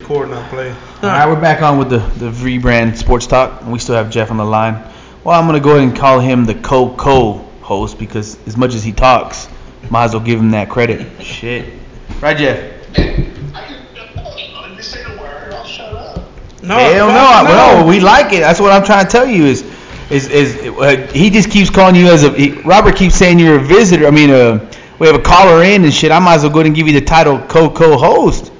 record, not play. All right, we're back on with the the rebrand sports talk, and we still have Jeff on the line. Well, I'm gonna go ahead and call him the co-co host because as much as he talks, might as well give him that credit. Shit, right, Jeff? I can, this ain't a word. I'll shut up. No, Hell no, Oh, fuck no, we like it. That's what I'm trying to tell you is is is uh, he just keeps calling you as a he, Robert keeps saying you're a visitor. I mean, uh, we have a caller in and shit. I might as well go ahead and give you the title co-co host.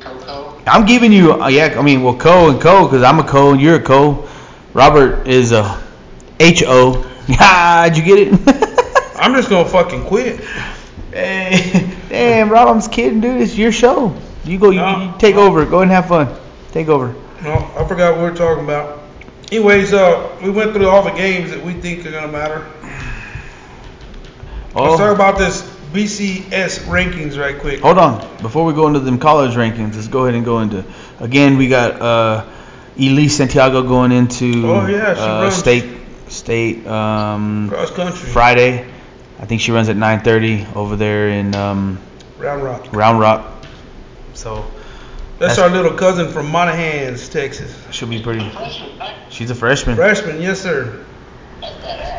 Coco. I'm giving you, uh, yeah, I mean, well, co and co, because I'm a co and you're a co. Robert is a H-O. Ha, did you get it? I'm just gonna fucking quit. hey, damn, Rob, I'm just kidding, dude. It's your show. You go, you, No. you take over. Go and have fun. Take over. No, I forgot what we were talking about. Anyways, uh, we went through all the games that we think are gonna matter. Oh, Let's talk about this BCS rankings right quick. hold on. Before we go into them college rankings, let's go ahead and go into, again, we got uh, Elise Santiago going into Oh, yeah, she uh, runs- state, state um, Cross country, Friday. I think she runs at 9:30 over there in um, Round Rock. Round Rock. So That's That's- our little cousin from Monahans, Texas. she'll be pretty. Freshman, that, She's a freshman. Freshman, yes sir. that's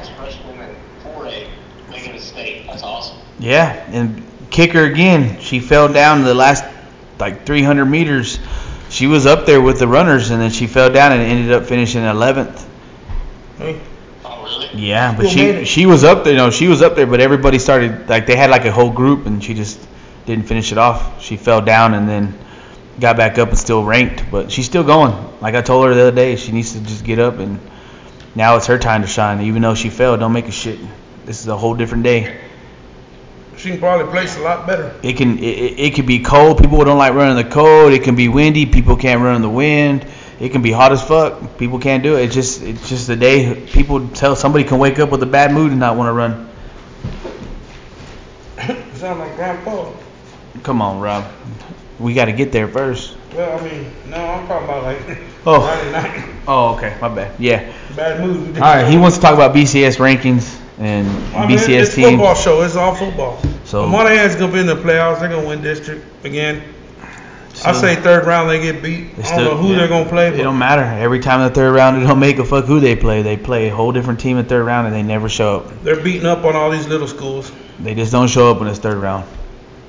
badass. Freshman in 4A, making a state. That's awesome. Yeah, and kicker again. She fell down the last like 300 meters. She was up there with the runners, and then she fell down and ended up finishing 11th. Hey, Oh, really? Yeah, but Still made she it. she was up there. No, she was up there, but everybody started like they had like a whole group, and she just didn't finish it off. She fell down and then got back up and still ranked, but she's still going. Like I told her the other day, she needs to just get up, and now it's her time to shine. Even though she fell, don't make a shit. This is a whole different day. She can probably place a lot better. It can it, it, it could be cold. People don't like running in the cold. It can be windy. People can't run in the wind. It can be hot as fuck. People can't do it. It's just it's just the day. People tell somebody can wake up with a bad mood and not want to run. Sound like grandpa. Come on, Rob. We got to get there first. Well, I mean, no, I'm talking about like Oh. Friday night. Oh, okay. My bad. Yeah. Bad mood. All right. He wants to talk about BCS rankings and I mean, BCS it's teams. football show. It's all football. So- So Monahan's gonna be in the playoffs. They're gonna win district again. I So- say third round they get beat. They I don't still- know who yeah, they're gonna play. It But don't matter. Every time the third round, it don't make a fuck who they play. They play a whole different team in third round, and they never show up. they're beating up on all these little schools. They just don't show up when it's third round.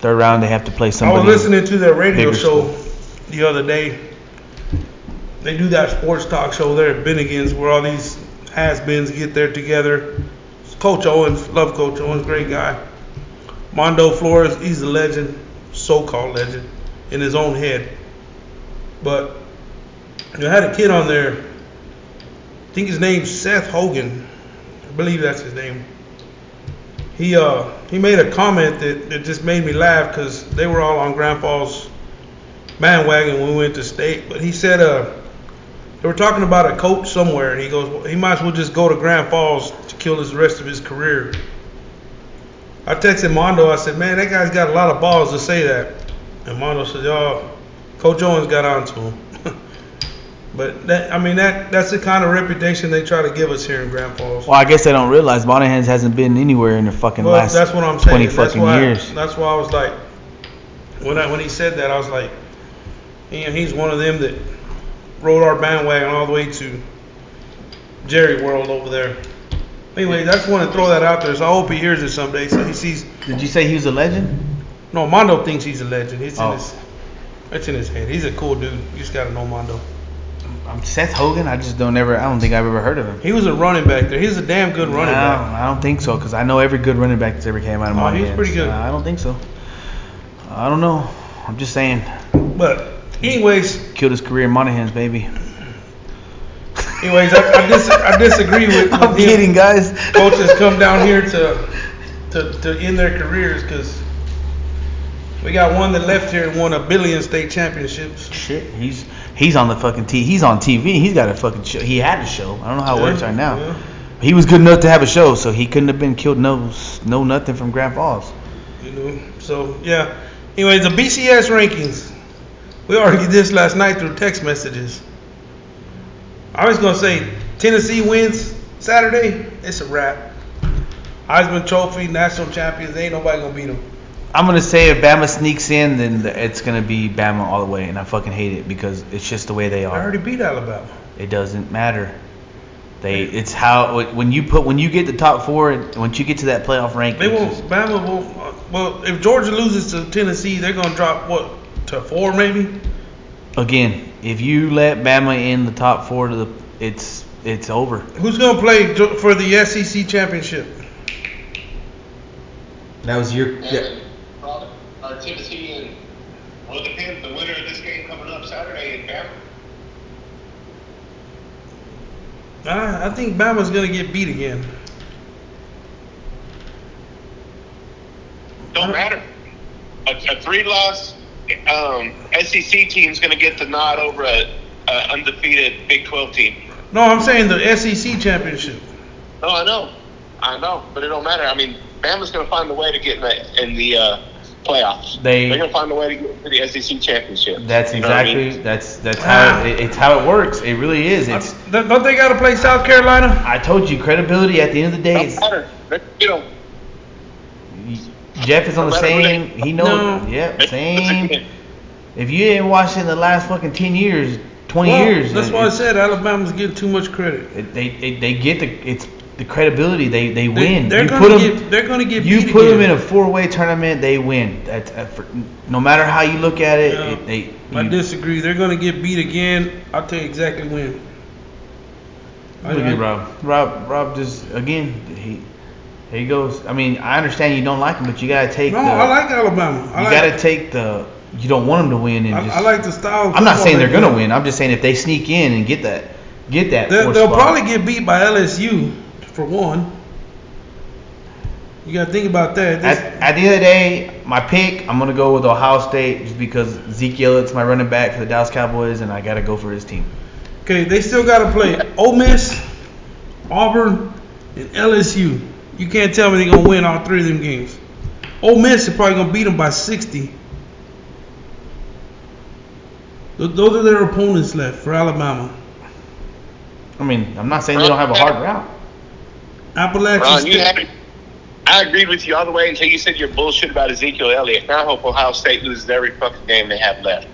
Third round, they have to play somebody. I was listening to their radio bigger show the other day. They do that sports talk show there at Bennigan's where all these has-beens get there together. Coach Owens, love Coach Owens, great guy. Mondo Flores, he's a legend, so-called legend, in his own head. But you had a kid on there. I think his name's Seth Hogan. I believe that's his name he uh he made a comment that, that just made me laugh because they were all on grandpa's bandwagon when we went to state but he said uh they were talking about a coach somewhere and he goes well, he might as well just go to grand falls to kill his rest of his career i texted mondo i said man that guy's got a lot of balls to say that and mondo said y'all coach owens got on to him but that i mean that that's the kind of reputation they try to give us here in grand falls Well, I guess they don't realize Monahan's hasn't been anywhere in the fucking well, last that's what I'm 20 saying. that's fucking why, years. That's why I was like, when I, when he said that, I was like, you know, he's one of them that rode our bandwagon all the way to Jerry World over there. Anyway, I just want to throw that out there. So I hope he hears it someday. So he sees. Did you say he was a legend? No, Mondo thinks he's a legend. It's Oh. in his. It's in his head. He's a cool dude. You just gotta know Mondo. Um, Seth Hogan? I just don't ever. I don't think I've ever heard of him. He was a running back there. He's a damn good running no, back. I don't think so because I know every good running back that's ever came out of Oh, Monahan. he was pretty good. I don't think so. I don't know. I'm just saying, But anyways, killed his career in Monahan's baby. anyways, I, I, dis- I disagree with. with I'm him. kidding, guys. coaches come down here to to, to end their careers because we got one that left here and won a billion state championships. Shit, he's he's on the fucking T. He's on TV. He's got a fucking show. He had a show. I don't know how it Yeah, works right now. yeah. He was good enough to have a show, so he couldn't have been killed no no nothing from Grand Falls. You know, so yeah. Anyway, the BCS rankings. We argued this last night through text messages. I was gonna say Tennessee wins Saturday. It's a wrap. Heisman Trophy, national champions. Ain't nobody gonna beat them. I'm gonna say if Bama sneaks in, then the- it's gonna be Bama all the way, and I fucking hate it because it's just the way they I are. already beat Alabama. It doesn't matter. They, it's how when you put when you get the top four, once you get to that playoff rank, They it's won't. just- Bama won't. Well, if Georgia loses to Tennessee, they're gonna drop what to four maybe. again, if you let Bama in the top four to the, it's it's over. Who's gonna play jo- for the SEC championship? That was your. And Robert, uh, Tennessee and well, it depends. The winner of this game coming up Saturday in Bama. I, I think Bama's gonna get beat again. Don't matter. A, a three-loss um, SEC team's going to get the nod over a, a undefeated Big 12 team. No, I'm saying the SEC championship. No, I know, I know, but it don't matter. I mean, Bama's going to find a way to get in the, in the uh, playoffs. They- They're going to find a way to get to the SEC championship. That's You know what I mean? exactly. That's that's how Ah. it, it's how it works. It really is. It's. Don't don't they gotta play South Carolina? I told you credibility at the end of the day. Don't Is, matter. They- You know, Jeff is on the No matter who same. they- He knows. No. Yep, they- same. If you ain't watched in the last fucking ten years, twenty Well, years, That's then why I it's- said Alabama's getting too much credit. it- They, they they get the it's the credibility. They they They- win. They're you gonna put them. get. They're gonna get. you beat put them in again. a four-way tournament, they win. That's uh, for, no matter how you look at it. Yeah. it they I you- disagree. They're gonna get beat again. I'll tell you exactly when. I- Look I- at Rob. Rob, Rob, just again, he, here he goes. I mean, I understand you don't like him, but you gotta take. No, the, I like Alabama. You I like, gotta take the. You don't want him to win, and I, just. I like the style. of I'm not football saying they're they gonna play. win. I'm just saying if they sneak in and get that, get that. They'll, fourth they'll spot. probably get beat by LSU for one. You gotta think about that. At, This- at the end of the day, my pick, I'm gonna go with Ohio State just because Zeke Elliott's my running back for the Dallas Cowboys, and I gotta go for his team. okay, they still gotta play Ole Miss, Auburn, and LSU. You can't tell me they're gonna win all three of them games. Ole Miss is probably gonna beat them by 60. Th- Those are their opponents left for Alabama. I mean, I'm not saying they don't have a hard route. Appalachian Ron, State. you had I agreed with you all the way until you said your bullshit about Ezekiel Elliott. Now I hope Ohio State loses every fucking game they have left.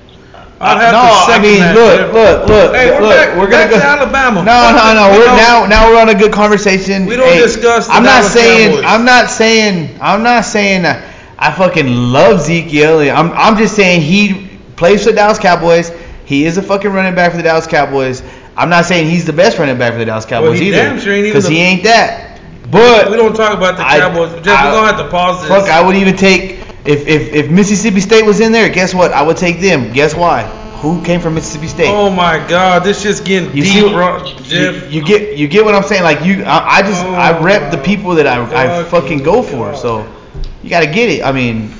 I'd have no, to I second mean, that. look, look, look, Hey, we're look. back- we're back gonna go to Alabama. No, no, no. We We're don't- now, now we're on a good conversation. We don't discuss the I'm not Dallas saying. Cowboys. I'm not saying. I'm not saying. uh, I fucking love Zeke Elliott. I'm. I'm just saying he plays for the Dallas Cowboys. He is a fucking running back for the Dallas Cowboys. I'm not saying he's the best running back for the Dallas Cowboys he either, damn sure ain't even because the- he ain't that. But We don't talk about the I- Cowboys. Jeff, I- we're gonna have to pause this. Fuck, I would even take if, if if Mississippi State was in there. Guess what? I would take them. Guess why? Who came from Mississippi State? oh my God, this shit's getting You deep, see what- bro. you, Jeff, you get you get what I'm saying? Like you, I, I just I Oh rep the my people that I, I fucking fucking go for. God. So you gotta get it. I mean,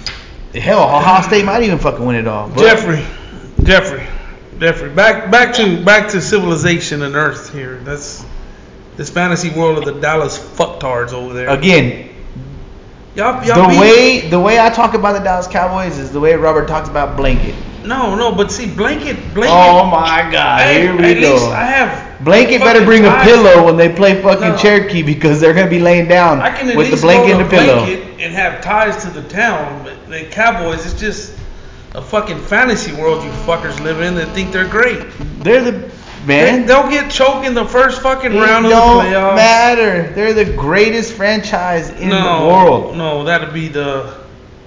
hell, Ohio State might even fucking win it all. But Jeffrey, Jeffrey, Jeffrey. Back, back to back to civilization and Earth here. That's this fantasy world of the Dallas fucktards over there. again, y'all, y'all the beat- way the way I talk about the Dallas Cowboys is the way Robert talks about blanket. No, no, but see, blanket, blanket. Oh my God, Hey, here we at Least go. I have Blanket better fucking bring a ties. pillow when they play fucking No. Cherokee because they're gonna be laying down I can at with the least blanket go and to the pillow. blanket and have ties to the town, but the Cowboys, it's just a fucking fantasy world you fuckers live in that think they're great. They're the man. They, they'll get choked in the first fucking It round of the don't playoffs. matter. They're the greatest franchise in no, the world. No, that'd be the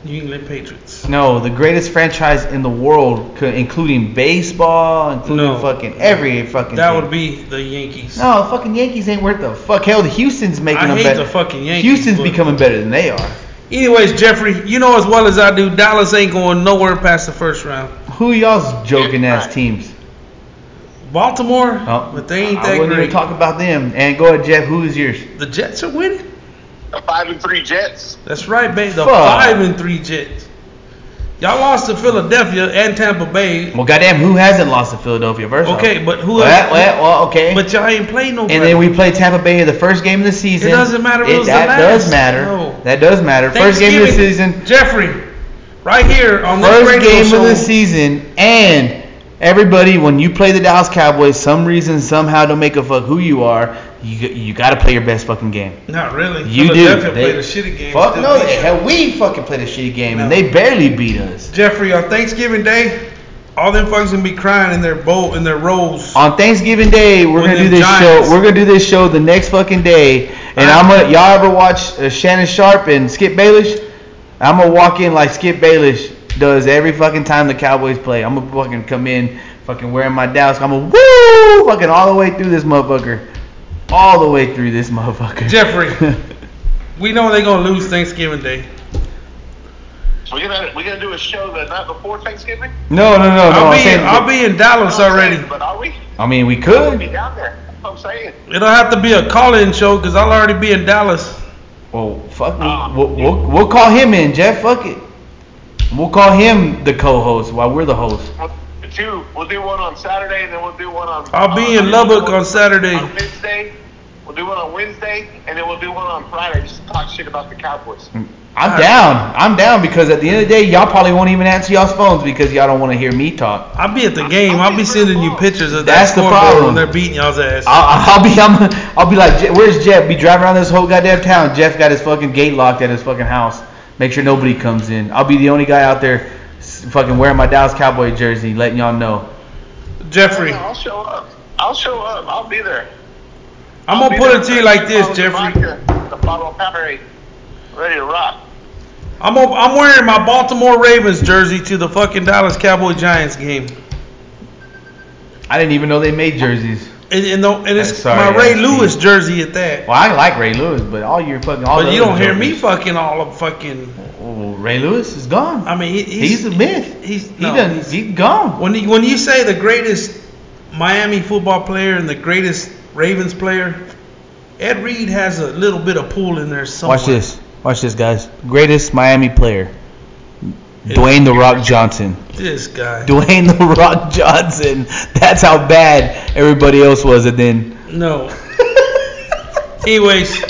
New England Patriots. No, the greatest franchise in the world, co- including baseball, including No. fucking every fucking. That thing. would be the Yankees. No, the fucking Yankees ain't worth the fuck. Hell, the Houston's making I them hate better. the fucking Yankees, Houston's but- becoming better than they are. Anyways, Jeffrey, you know as well as I do, Dallas ain't going nowhere past the first round. Who y'all's joking ass Right. teams? Baltimore, Oh, but they ain't I that wouldn't great. even talk about them. And go ahead, Jeff. Who is yours? the Jets are winning. The five and three Jets. That's right, babe. The Fuck. five and three Jets. Y'all lost to Philadelphia and Tampa Bay. Well, goddamn, who hasn't lost to Philadelphia? First off? Okay, but who? Well, well, well, okay. But y'all ain't played no. And then we play Tampa Bay in the first game of the season. It doesn't matter if it was the that last. does matter. No. That does matter. First game of the Thanksgiving, season. Jeffrey, right here on this First radio game show. of the season, and everybody when you play the Dallas Cowboys, some reason somehow don't make a fuck who you are. You you got to play your best fucking game. Not really. You do. Philadelphia They- played a shitty game. Fuck still no, beat they- you. hell, we fucking played a shitty game and No. they barely beat us. Jeffrey, on Thanksgiving Day, all them fuckers gonna be crying in their bowl in their rolls. On Thanksgiving Day, When we're gonna do them this Giants- show. We're gonna do this show the next fucking day, and I'm gonna. Y'all ever watch uh, Shannon Sharp and Skip Bayless? I'm gonna walk in like Skip Bayless does every fucking time the Cowboys play. I'm gonna fucking come in, fucking wearing my Dallas. I'm gonna woo, fucking all the way through this motherfucker, all the way through this motherfucker. Jeffrey. We know they gonna lose Thanksgiving Day. We're gonna we're gonna do a show the night before Thanksgiving. no, no, no, no. I'll I'm be saying- I'll be in Dallas already. But are we? I mean, we We'll could. be down there. That's what I'm saying. It'll have to be a call-in show because I'll already be in Dallas. Well, fuck. Ah. We'll, we'll, we'll, we'll call him in, Jeff. Fuck it. We'll call him the co-host while we're the host. We'll do two. We'll do one on Saturday, and then we'll do one on. I'll be in on- Lubbock on Saturday. on Wednesday. We'll do one on Wednesday, and then we'll do one on Friday. Just to talk shit about the Cowboys. I'm down. I'm down because at the end of the day, y'all probably won't even answer y'all's phones because y'all don't want to hear me talk. I'll be at the game. I'll be sending you pictures of That's that the scoreboard problem. when they're beating y'all's ass. I'll, I'll be. I'm, I'll be like, "Je- where's Jeff? Be driving around this whole goddamn town. Jeff got his fucking gate locked at his fucking house. Make sure nobody comes in. I'll be the only guy out there, s- fucking wearing my Dallas Cowboy jersey, letting y'all know. Jeffrey, I'll show up. I'll show up. I'll be there. I'm gonna put it to you like this, Jeffrey. The bottle of Powerade, ready to rock. I'm a, I'm wearing my Baltimore Ravens jersey to the fucking Dallas Cowboy Giants game, I didn't even know they made jerseys. and and, the, and it's I'm sorry, my Ray I see. Lewis jersey at that. Well, I like Ray Lewis, but all your fucking all. But the you other don't hear me jokers- fucking all of fucking. Oh, Ray Lewis is gone. I mean, he, he's, he's, a myth. he's- he no. done. He's gone. when you, when you say the greatest Miami football player and the greatest Ravens player, Ed Reed has a little bit of pool in there somewhere. Watch this. Watch this, guys. Greatest Miami player, Dwayne the Rock Johnson. This guy. Dwayne the Rock Johnson. That's how bad everybody else was. And then No. anyways,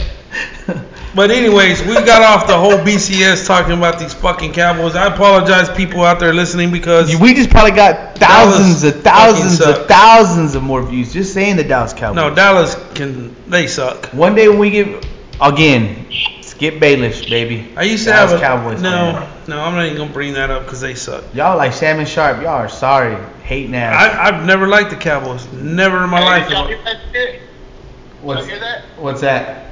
but anyways, we got off the whole BCS talking about these fucking Cowboys. I apologize, people out there listening, because we just probably got thousands Dallas of thousands fucking of suck. thousands of more views just saying the Dallas Cowboys. no Dallas can they suck. One day when we get again, Skip Bayless, baby. I used to Dallas have a Cowboys. no, fan. no. I'm not even gonna bring that up because they suck. Y'all like Salmon Sharp. Y'all are sorry. Hating ass. I, I've never liked the Cowboys. Never in my Hey, life. did y'all hear that shit? what's, hear that? what's that?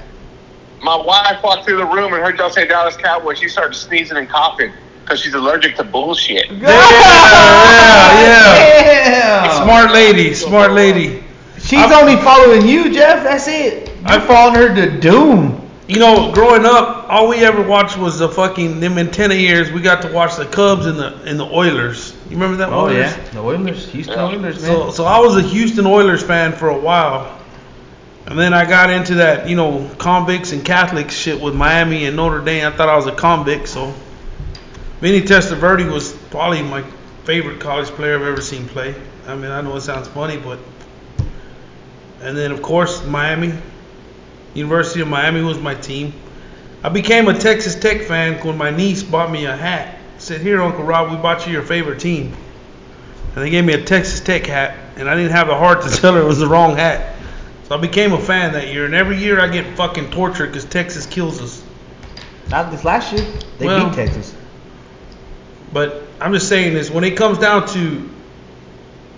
My wife walked through the room and heard y'all say Dallas Cowboys. She started sneezing and coughing because she's allergic to bullshit. yeah, yeah. Damn. Smart lady, smart lady. She's I'm- only following you, Jeff. That's it. You're I'm- following her to doom. You know, growing up, all we ever watched was the fucking them antenna years. We got to watch the Cubs and the and the Oilers. You remember that? Oh Oilers? yeah, the Oilers, Houston Yeah. Oilers, man. So so I was a Houston Oilers fan for a while, and then I got into that you know convicts and Catholics shit with Miami and Notre Dame. I thought I was a convict. So Vinny Testaverde was probably my favorite college player I've ever seen play. I mean, I know it sounds funny, but and then of course Miami, University of Miami was my team. I became a Texas Tech fan when my niece bought me a hat. Said, "Here, Uncle Rob, we bought you your favorite team." and they gave me a Texas Tech hat, and I didn't have the heart to tell her it was the wrong hat. So I became a fan that year, and every year I get fucking tortured because Texas kills us. Not this last year. They Well- beat Texas. But I'm just saying this: when it comes down to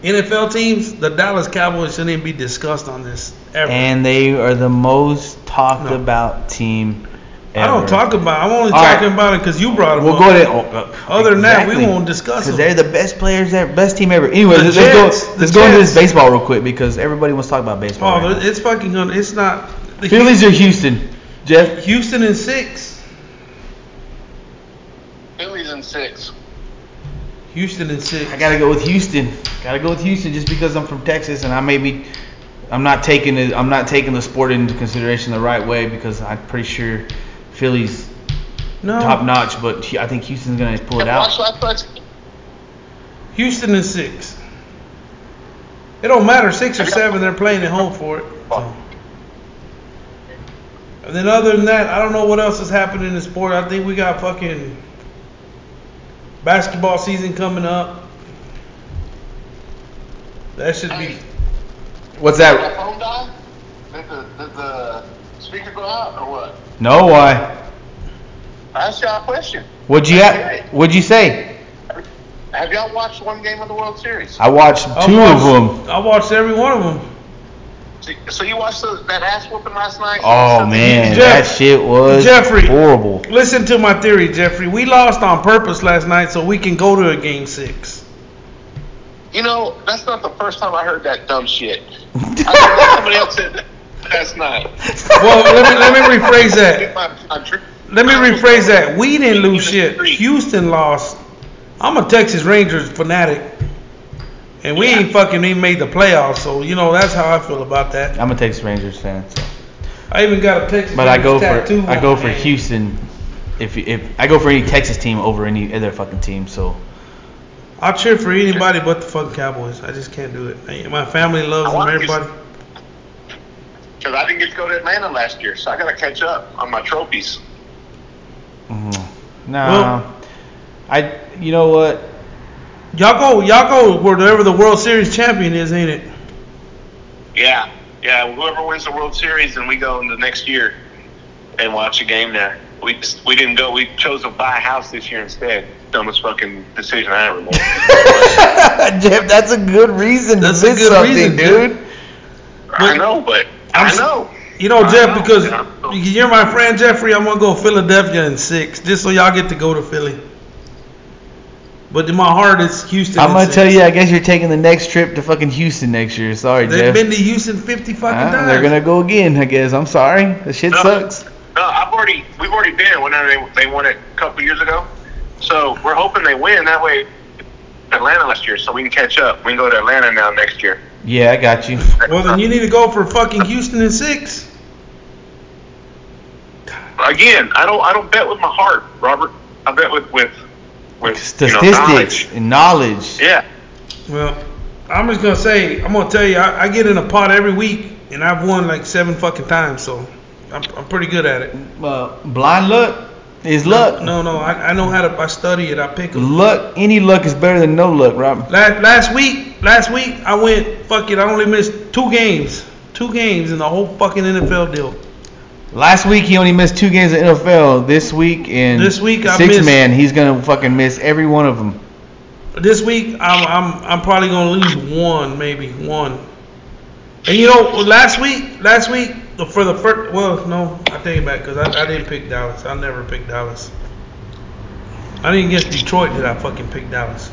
NFL teams, the Dallas Cowboys shouldn't even be discussed on this ever. And they are the most talked No. about team I ever. don't talk about. I'm only All right. talking about it because you brought it We'll up. go to oh, uh, Other than that, we won't discuss them. because they're the best players, ever, best team ever. Anyway, The let's Jets, go. the Let's go into this Jets. baseball real quick because everybody wants to talk about baseball. Oh, right now. it's fucking. un- It's not. the Phillies or Houston, Jeff? Houston in six. Phillies in six. Houston in six. I gotta go with Houston. Gotta go with Houston just because I'm from Texas and I maybe I'm not taking it. I'm not taking the sport into consideration the right way because I'm pretty sure Philly's no. top notch, but he- I think Houston's gonna pull it Watch out. last night's- Houston in six. It don't matter six or seven. They're playing at home for it. so. And then other than that, I don't know what else is happening in the sport. I think we got fucking basketball season coming up. That should Hey, be. What's did my that? phone die? Did the, did the speaker go out or what? No, why? I asked y'all a question. What'd you ha- What'd you say? Have y'all watched one game of the World Series? I watched I two watched, of them. I watched every one of them. So, so you watched the, that ass whooping last night? Oh man, Jeff- that shit was Jeffrey. horrible. Listen to my theory, Jeffrey. We lost on purpose last night so we can go to a game six. You know, that's not the first time I heard that dumb shit. I heard that somebody else said that last night. Well, let me let me rephrase that. My country. Let me rephrase that. We didn't lose shit. Houston lost. I'm a Texas Rangers fanatic, and we ain't fucking even made the playoffs. So you know that's how I feel about that. I'm a Texas Rangers fan, so. I even got a Texas but I Rangers go tattoo for I on go my for hand. Houston. If if I go for any Texas team over any other fucking team, so I'll cheer for anybody but the fucking Cowboys. I just can't do it. I- My family loves I them. want Everybody. Because I didn't get to go to Atlanta last year, so I got to catch up on my trophies. mm, no. Well- I you know what? Y'all go. Y'all go wherever the World Series champion is, ain't it? Yeah, yeah. Whoever wins the World Series, and we go in the next year and watch a game there. We just, we didn't go. We chose to buy a house this year instead. Dumbest fucking decision I ever made. Jeff, that's a good reason That's a good reason, dude. I know, but i I'm s- know. You know, I Jeff, know, because yeah. you're my friend, Jeffrey. I'm gonna go Philadelphia in six, just so y'all get to go to Philly. But in my heart, it's Houston. I'm in gonna six. tell you. I guess you're taking the next trip to fucking Houston next year. Sorry, they've Jeff. been to Houston 50 fucking Ah, times. they're gonna go again. I guess. I'm sorry. The shit No. sucks. No, I've already. We've already been. Whenever they they won it a couple years ago, so we're hoping they win that way. Atlanta last year, so we can catch up. We can go to Atlanta now next year. Yeah, I got you. Well, then you need to go for fucking Houston in six. Again, I don't. I don't bet with my heart, Robert. I bet with with with You know, Statistics knowledge. and knowledge. yeah. Well, I'm just gonna say, I'm gonna tell you, I, I get in a pot every week, and I've won like seven fucking times, so I'm, I'm pretty good at it. Uh, blind luck is luck. No, no, I, I know how to. I study it. I pick 'em. Luck. Any luck is better than no luck, Rob. Last, last week, last week I went fuck it. I only missed two games, two games in the whole fucking NFL deal. Last week he only missed two games in NFL. This week in This week I six missed- man, he's gonna fucking miss every one of them. This week I'm I'm I'm probably gonna lose one, maybe one. And you know, last week, last week for the first, well, no, I take it back because I, I didn't pick Dallas. I never picked Dallas. I didn't get Detroit. Did I fucking pick Dallas?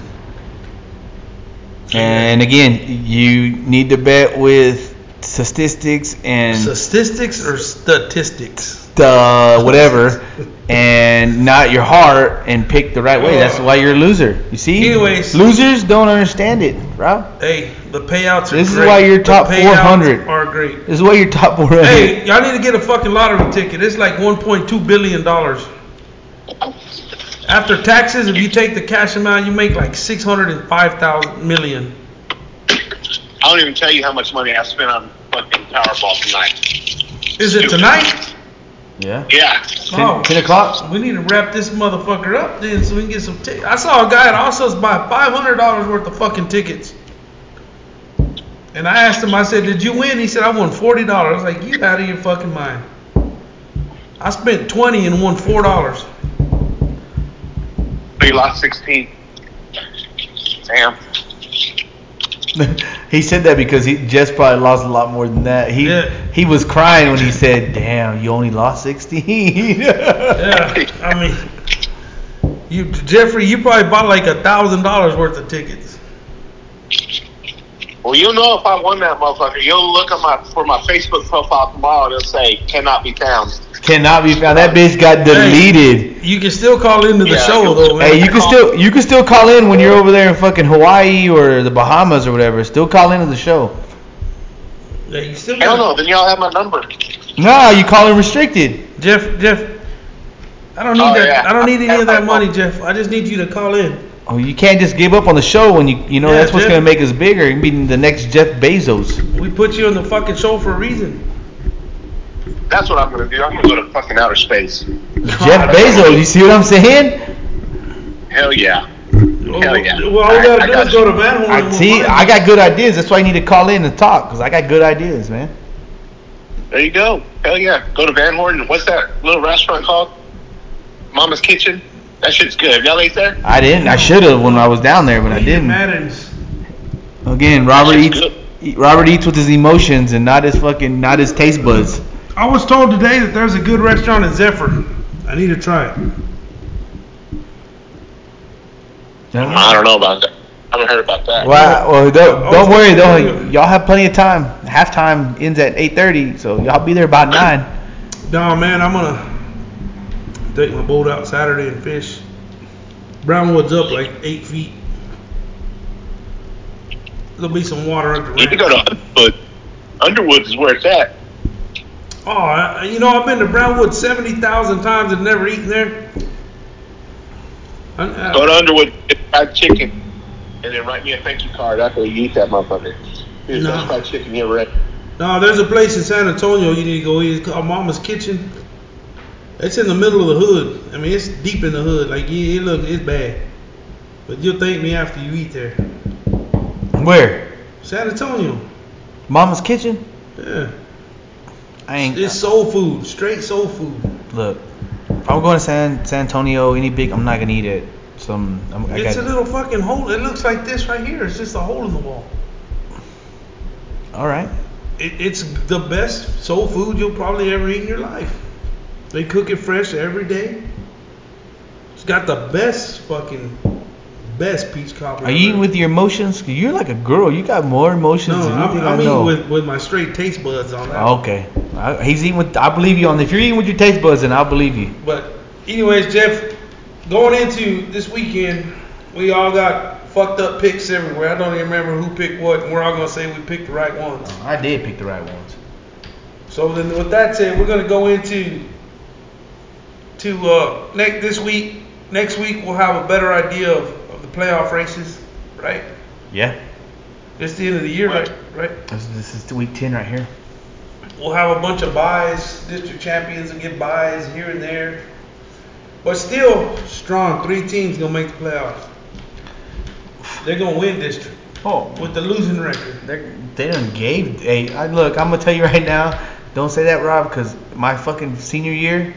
And again, you need to bet with statistics and Statistics or statistics? uh, whatever, and not your heart, and pick the right way. That's why you're a loser. You see? Oh. Anyways. losers don't understand it, Rob. Hey, the payouts are This is great. why you're The top payouts 400. Are great. This is why you're top one. Hey, y'all need to get a fucking lottery ticket. It's like 1.2 billion dollars. After taxes, if you take the cash amount, you make like 605,000 million. I don't even tell you how much money I spent on fucking Powerball tonight. Is it tonight? Yeah. Yeah. Ten, Oh. 10 o'clock. We need to wrap this motherfucker up then so we can get some tickets. I saw a guy at Also's buy $500 worth of fucking tickets. And I asked him, I said, Did you win? He said, I won $40. I was like, You out of your fucking mind. I spent 20 and won $4. We lost 16. Damn. he said that because he just probably lost a lot more than that. He Yeah. he was crying when he said, "Damn, you only lost 16." Yeah, I mean, you Jeffrey, you probably bought like a thousand dollars worth of tickets. Well, you'll know if I won that motherfucker. You'll look at my for my Facebook profile tomorrow. and It'll say cannot be found. Cannot be found. That bitch got deleted. You can still call into the Yeah. show though, man. Hey, you can still you can still call in when you're over there in fucking Hawaii or the Bahamas or whatever. Still call into the show. Yeah, you still Hell got- no. Then y'all have my number. No, you call in restricted. Jeff, Jeff. I don't need Oh, that. yeah. I don't need any of that I- I- money, Jeff. I just need you to call in. Oh, you can't just give up on the show when you you know Yeah, that's what's Jeff- gonna make us bigger. You can be the next Jeff Bezos. We put you on the fucking show for a reason. That's what I'm gonna do. I'm gonna go to fucking outer space. Jeff Bezos. You see what I'm saying? Hell yeah. Well, Hell yeah. well, all we I- gotta I do got is you. go to Van Horn. I and see. we'll I find got good ideas. That's why you need to call in and talk because I got good ideas, man. There you go. Hell yeah. Go to Van Horn. What's that little restaurant called? Mama's Kitchen. That shit's good. Have y'all ate there? I didn't. I should have when I was down there, but it. I Eat didn't. Madden's. Again, Robert Shit's eats. good. eat- Robert eats with his emotions and not his fucking not his taste buds. I was told today that there's a good restaurant in Zephyr. I need to try it. I don't know about that. I haven't heard about that. Wow. Well, don't, I was don't worry gonna- though. Y'all have plenty of time. Halftime ends at 8:30, so y'all be there by nine. No, man, I'm gonna take my boat out Saturday and fish. Brownwood's up like eight feet. There'll be some water under You can go to Underwood. Underwood is where it's at. Oh, I- you know I've been to Brownwood seventy thousand times and never eaten there. I, I- Go to Underwood, get fried chicken, and then write me a thank you card after you eat that motherfucker. Here's No. the best fried chicken you ever ate. no, there's a place in San Antonio you need to go eat. It's called Mama's Kitchen. It's in the middle of the hood. I mean, it's deep in the hood. Like, yeah, it look, it's bad. But you'll thank me after you eat there. Where? San Antonio. Mama's kitchen? Yeah. I ain't. It's soul food, straight soul food. Look, if I'm going to San San Antonio, any big, I'm not gonna eat it. Some, I'm, I it's got. a little fucking hole. It looks like this right here. It's just a hole in the wall. all right. It, it's the best soul food you'll probably ever eat in your life. They cook it fresh every day. It's got the best fucking best peach cobbler. Are you eating with your emotions? you you're like a girl. You got more emotions No, than you I'm, think I'm I know. Oh. eating with, with my straight taste buds on that. okay. I, he's eating with. I believe you on. If you're eating with your taste buds, then I'll believe you. But anyways, Jeff, going into this weekend, we all got fucked up picks everywhere. I don't even remember who picked what, and we're all gonna say we picked the right ones. I did pick the right ones. So then, with that said, we're going to go into to uh, next this week. Next week we'll have a better idea of, of the playoff races, right? Yeah. It's the end of the year, right? Right. This, this is week ten right here. We'll have a bunch of buys. District champions will get buys here and there, but still strong. Three teams gonna make the playoffs. They're gonna win district Oh, with the losing record. They're, they done gave. Hey, I, look, I'm gonna tell you right now. Don't say that, Rob, because my fucking senior year,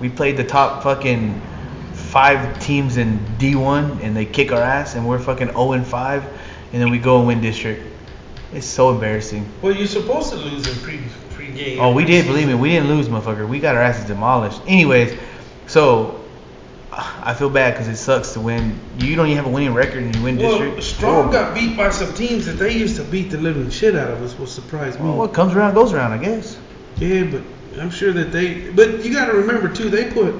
we played the top fucking five teams in D1, and they kick our ass, and we're fucking 0 and 5, and then we go and win district. It's so embarrassing. Well, you're supposed to lose in pre pre-game. Oh, we did. Believe me, we didn't lose, motherfucker. We got our asses demolished. Anyways, so I feel bad because it sucks to win. You don't even have a winning record, and you win Well, district. Strong Oh. got beat by some teams that they used to beat the living shit out of us, which surprised me. Well, what comes around goes around, I guess. Yeah, but I'm sure that they. But you got to remember too, they put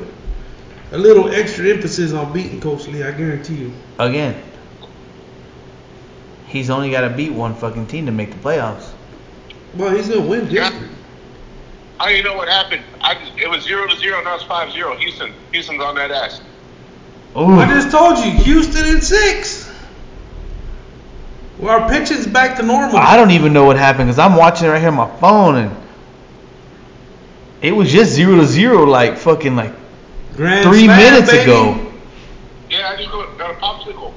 a little extra emphasis on beating Coach Lee. I guarantee you. Again, he's only got to beat one fucking team to make the playoffs. Well, he's gonna win Yeah. district. I don't even know what happened. I just, it was zero to zero. Now it's five zero. Houston, Houston's on that ass. I just told you, Houston in six. Well, our pitching's back to normal. I don't even know what happened because I'm watching it right here on my phone and it was just zero to zero, like fucking like Grand three slam, minutes baby. ago. Yeah, I just got, got a popsicle.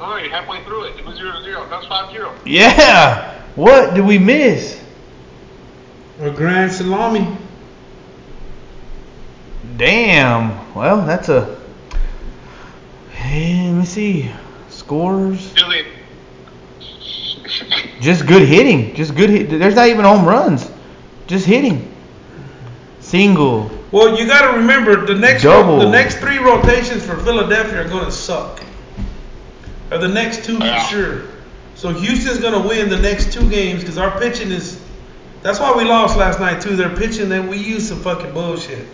I'm already halfway through it. It was zero to zero. Now it's five zero. Yeah, what did we miss? A grand salami. Damn. Well, that's a. Hey, let me see. Scores. Still in. Just good hitting. Just good hit. There's not even home runs. Just hitting. Single. Well, you got to remember the next Double. the next three rotations for Philadelphia are going to suck. Or the next two for Yeah. sure. So Houston's going to win the next two games because our pitching is. That's why we lost last night too. Their pitching that we used some fucking bullshit.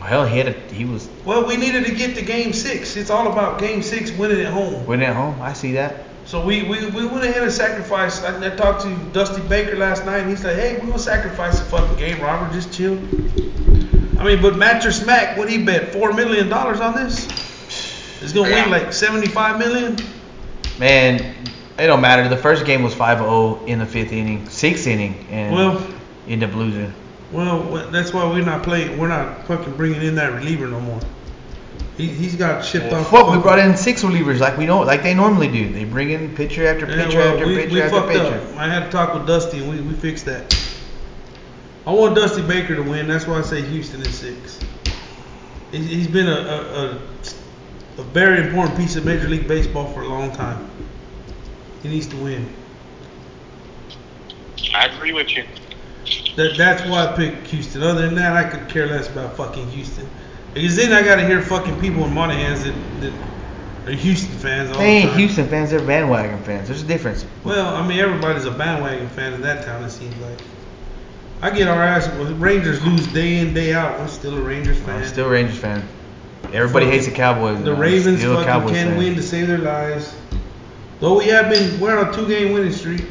Well, he had a, he was Well, we needed to get to game six. It's all about game six winning at home. winning at home. I see that. So we, we, we went ahead and sacrificed. I, I talked to Dusty Baker last night, and he said, "Hey, we're gonna sacrifice the fucking game, Robert. Just chill." I mean, but match or smack, what he bet four million dollars on this? It's gonna win like seventy-five million. Man, it don't matter. The first game was 5-0 in the fifth inning, sixth inning, and Well- ended up losing. Well, wh- that's why we're not playing. We're not fucking bringing in that reliever no more. He, he's got shipped off. the Fuck, we fucking- brought in six relievers like we know, like they normally do. They bring in pitcher after Yeah, pitcher well, after we, pitcher we after fucked pitcher. up. I had to talk with Dusty, and we, we fixed that. I want Dusty Baker to win. That's why I say Houston is six. He's, he's been a, a, a a very important piece of Major League Baseball for a long time. He needs to win. I agree with you. That that's why I picked Houston. Other than that, I could care less about fucking Houston. Because then I gotta hear fucking people in Monahans that, that are Houston fans all They ain't the time. Houston fans, they're bandwagon fans. There's a difference. Well, I mean everybody's a bandwagon fan in that town. It seems like. I get our ass. Rangers lose day in day out. I'm still a Rangers fan. I'm still a Rangers fan. Everybody hates the Cowboys. and the I'm Ravens still a fucking Cowboys can fan. win to save their lives. Though we have been we're on a two game winning streak.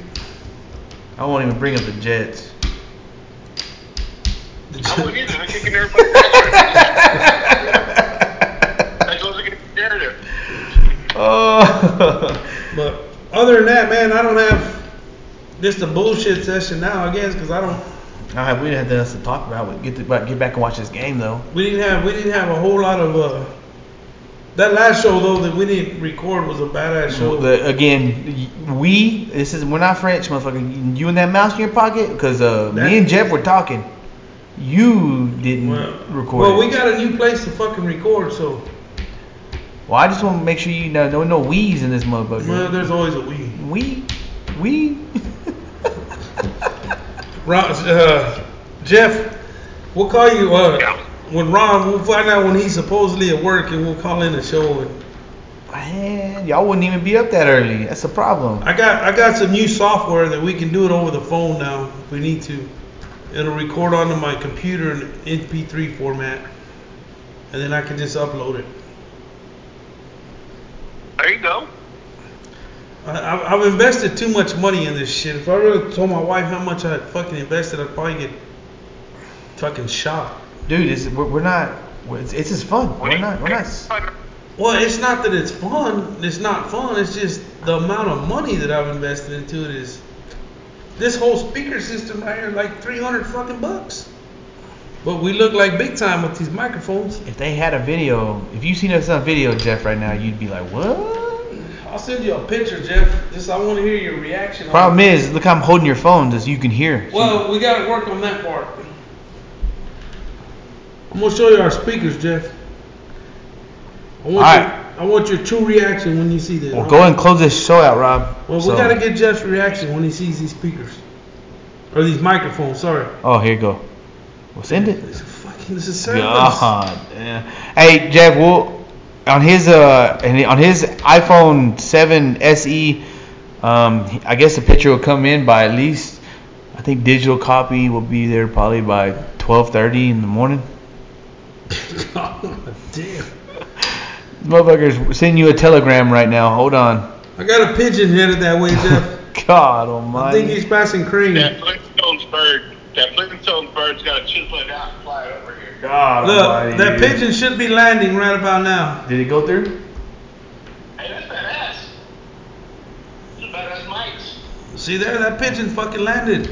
I won't even bring up the Jets. The I'm with Jets- you. They're kicking everybody. that goes against the narrative. Oh. But other than that, man, I don't have just a bullshit session now, I guess, because I don't. All right, we didn't have nothing else to talk about. We get to get back and watch this game though. We didn't have we didn't have a whole lot of. uh That last show though that we didn't record was a badass show. The, again, y- we this is we're not French, motherfucker. You and that mouse in your pocket, because uh, That- me and Jeff were talking. You didn't well, record. well, it. we got a new place to fucking record, so Well, I just want to make sure you know no no we's in this motherfucker. well, there's always a we. we we. Ron, uh, Jeff, we'll call you uh, Yeah. when Ron. We'll find out when he's supposedly at work, and we'll call in the show. And Man, y'all wouldn't even be up that early. That's the problem. I got I got some new software that we can do it over the phone now if we need to. It'll record onto my computer in MP3 format, and then I can just upload it. There you go. I, I've- I've invested too much money in this shit. If I really told my wife how much I fucking invested, I'd probably get fucking shot. Dude, it's, we're, we're not. we're- It's, it's just fun. We're not. We're not. s- Well, it's not that it's fun. It's not fun. It's just the amount of money that I've invested into it is. This whole speaker system right here, is like 300 fucking bucks. But we look like big time with these microphones. If they had a video, if you seen us on video, Jeff, right now, you'd be like, what? I'll send you a picture, Jeff. Just I want to hear your reaction. on Problem it. is, look how I'm holding your phone, just you can hear. Well, we gotta work on that part. I'm gonna show you our speakers, Jeff. I want, Alright. your, I want your true reaction when you see this. Well, go ahead and close this show out, Rob. Well, we So- gotta get Jeff's reaction when he sees these speakers or these microphones. Sorry. Oh, here you go. We'll send it. This is fucking. This is service. God. damn. Hey, Jeff. We'll on his uh and on his iPhone 7 SE. Um, I guess the picture will come in by at least. I think digital copy will be there probably by 12:30 in the morning. God damn. Motherfuckers, send you a telegram right now. Hold on. I got a pigeon headed that way, Jeff. God I think Almighty. he's passing crane. That Flintstones bird. That Flintstones bird's got to chisel it out and fly it over here. God Look, Almighty, that dude. pigeon should be landing right about now. Did it go through? Hey, that's badass. That's badass mics. See there, that pigeon fucking landed.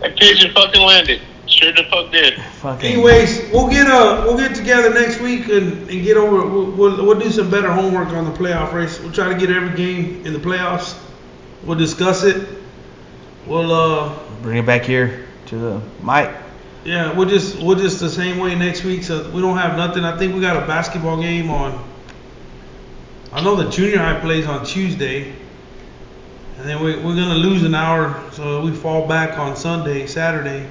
That pigeon fucking landed. Sure the fuck did. Fucking. Anyways, we'll get uh we'll get together next week and, and get over we'll, we'll we'll do some better homework on the playoff race. We'll try to get every game in the playoffs. We'll discuss it. We'll uh Bring it back here to the mic. yeah we'll just we'll just the same way next week. So we don't have nothing. I think we got a basketball game on. I know the junior high plays on Tuesday. And then we, we're gonna lose an hour, so we fall back on Sunday, Saturday.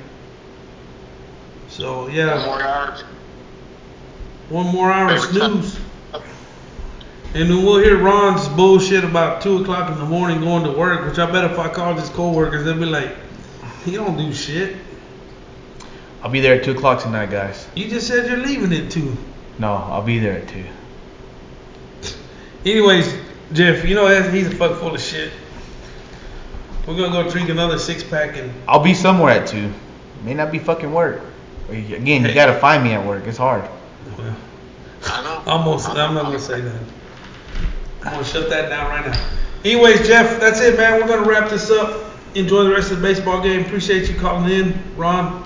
So yeah. One more hour. One more hour of Favorite time. snooze. And then we'll hear Ron's bullshit about two o'clock in the morning going to work, which I bet if I called his coworkers, they'd be like, "He don't do shit. I'll be there at two o'clock tonight, guys. You just said you're leaving it too." No, I'll be there at two. Anyways, Jeff, you know that- he's a fuck full of shit. We're gonna go drink another six pack and I'll be somewhere at two. May not be fucking work. Again, you gotta find me at work. It's hard. well, I know. almost. I'm not gonna say that. I'm gonna shut that down right now. Anyways, Jeff, that's it, man. We're gonna wrap this up. Enjoy the rest of the baseball game. Appreciate you calling in, Ron.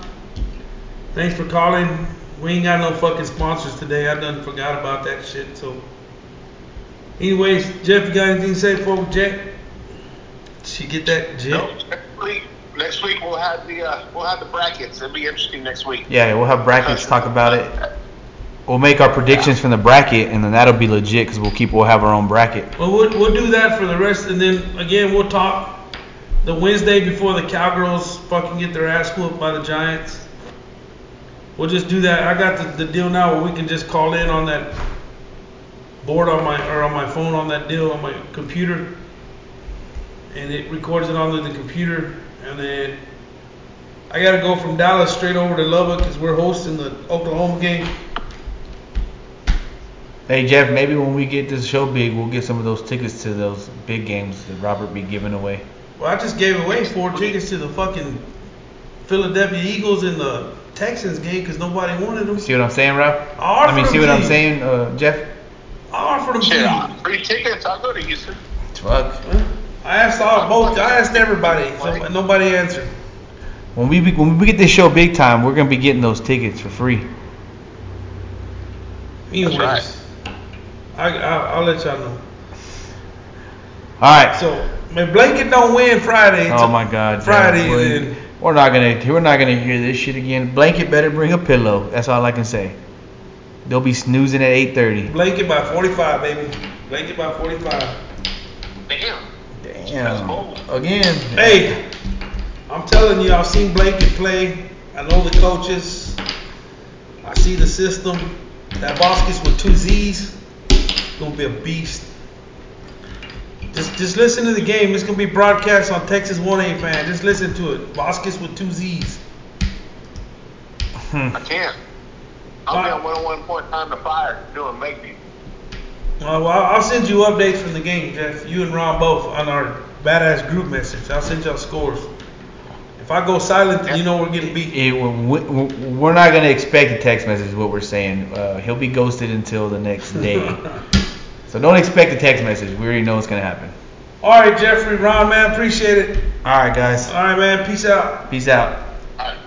Thanks for calling. We ain't got no fucking sponsors today. I done forgot about that shit. So, anyways, Jeff, you got anything to say before we jet? She get that jet? No, next week, next week we'll have the uh, we'll have the brackets. It'll be interesting next week. Yeah, we'll have brackets talk about it. We'll make our predictions from the bracket, and then that'll be legit because we'll keep we'll have our own bracket. Well, we'll we'll do that for the rest, and then again we'll talk the Wednesday before the Cowgirls fucking get their ass whooped by the Giants. We'll just do that. I got the, the deal now where we can just call in on that board on my or on my phone on that deal on my computer, and it records it onto the computer, and then I gotta go from Dallas straight over to Lubbock because we're hosting the Oklahoma game. Hey Jeff, maybe when we get this show big, we'll get some of those tickets to those big games that Robert be giving away. Well, I just gave away four tickets to the fucking Philadelphia Eagles and the Texans game because nobody wanted them. See what I'm saying, Rob? I I mean, offered see them what I'm to you. saying, uh, Jeff? I offered them to Shit, you. uh, free tickets. I'll go to Houston. Fuck. I asked all both. I asked everybody. So nobody answered. When we be, when we get this show big time, we're gonna be getting those tickets for free. Anyways, right. I, I I'll let y'all know. All right. So, man, Blanket don't win Friday. oh my God. Jeff, Friday we- then. We're not gonna we're not gonna hear this shit again. Blanket better bring a pillow. That's all I can say. They'll be snoozing at 8:30. Blanket by 45, baby. Blanket by 45. Damn. That's bold. Damn. Again. Hey, I'm telling you, I've seen Blanket play. I know the coaches. I see the system. That Boskis with two Z's gonna be a beast. Just just listen to the game. It's gonna be broadcast on Texas 1A fan. Just listen to it. Boskis with two Z's. Uh, I can't. I'll be on 101.9 The Fire doing Lakeview. Uh, well, I'll I'll send you updates from the game, Jeff. You and Ron both on our badass group message. I'll send y'all scores. If I go silent, then you know we're getting beat. It, we- we- we're not gonna expect a text message. Is what we're saying. Uh, he'll be ghosted until the next day. so don't expect a text message. We already know it's gonna happen. All right, Jeffrey, Ron, man, appreciate it. All right, guys. All right, man, peace out. Peace out. All right.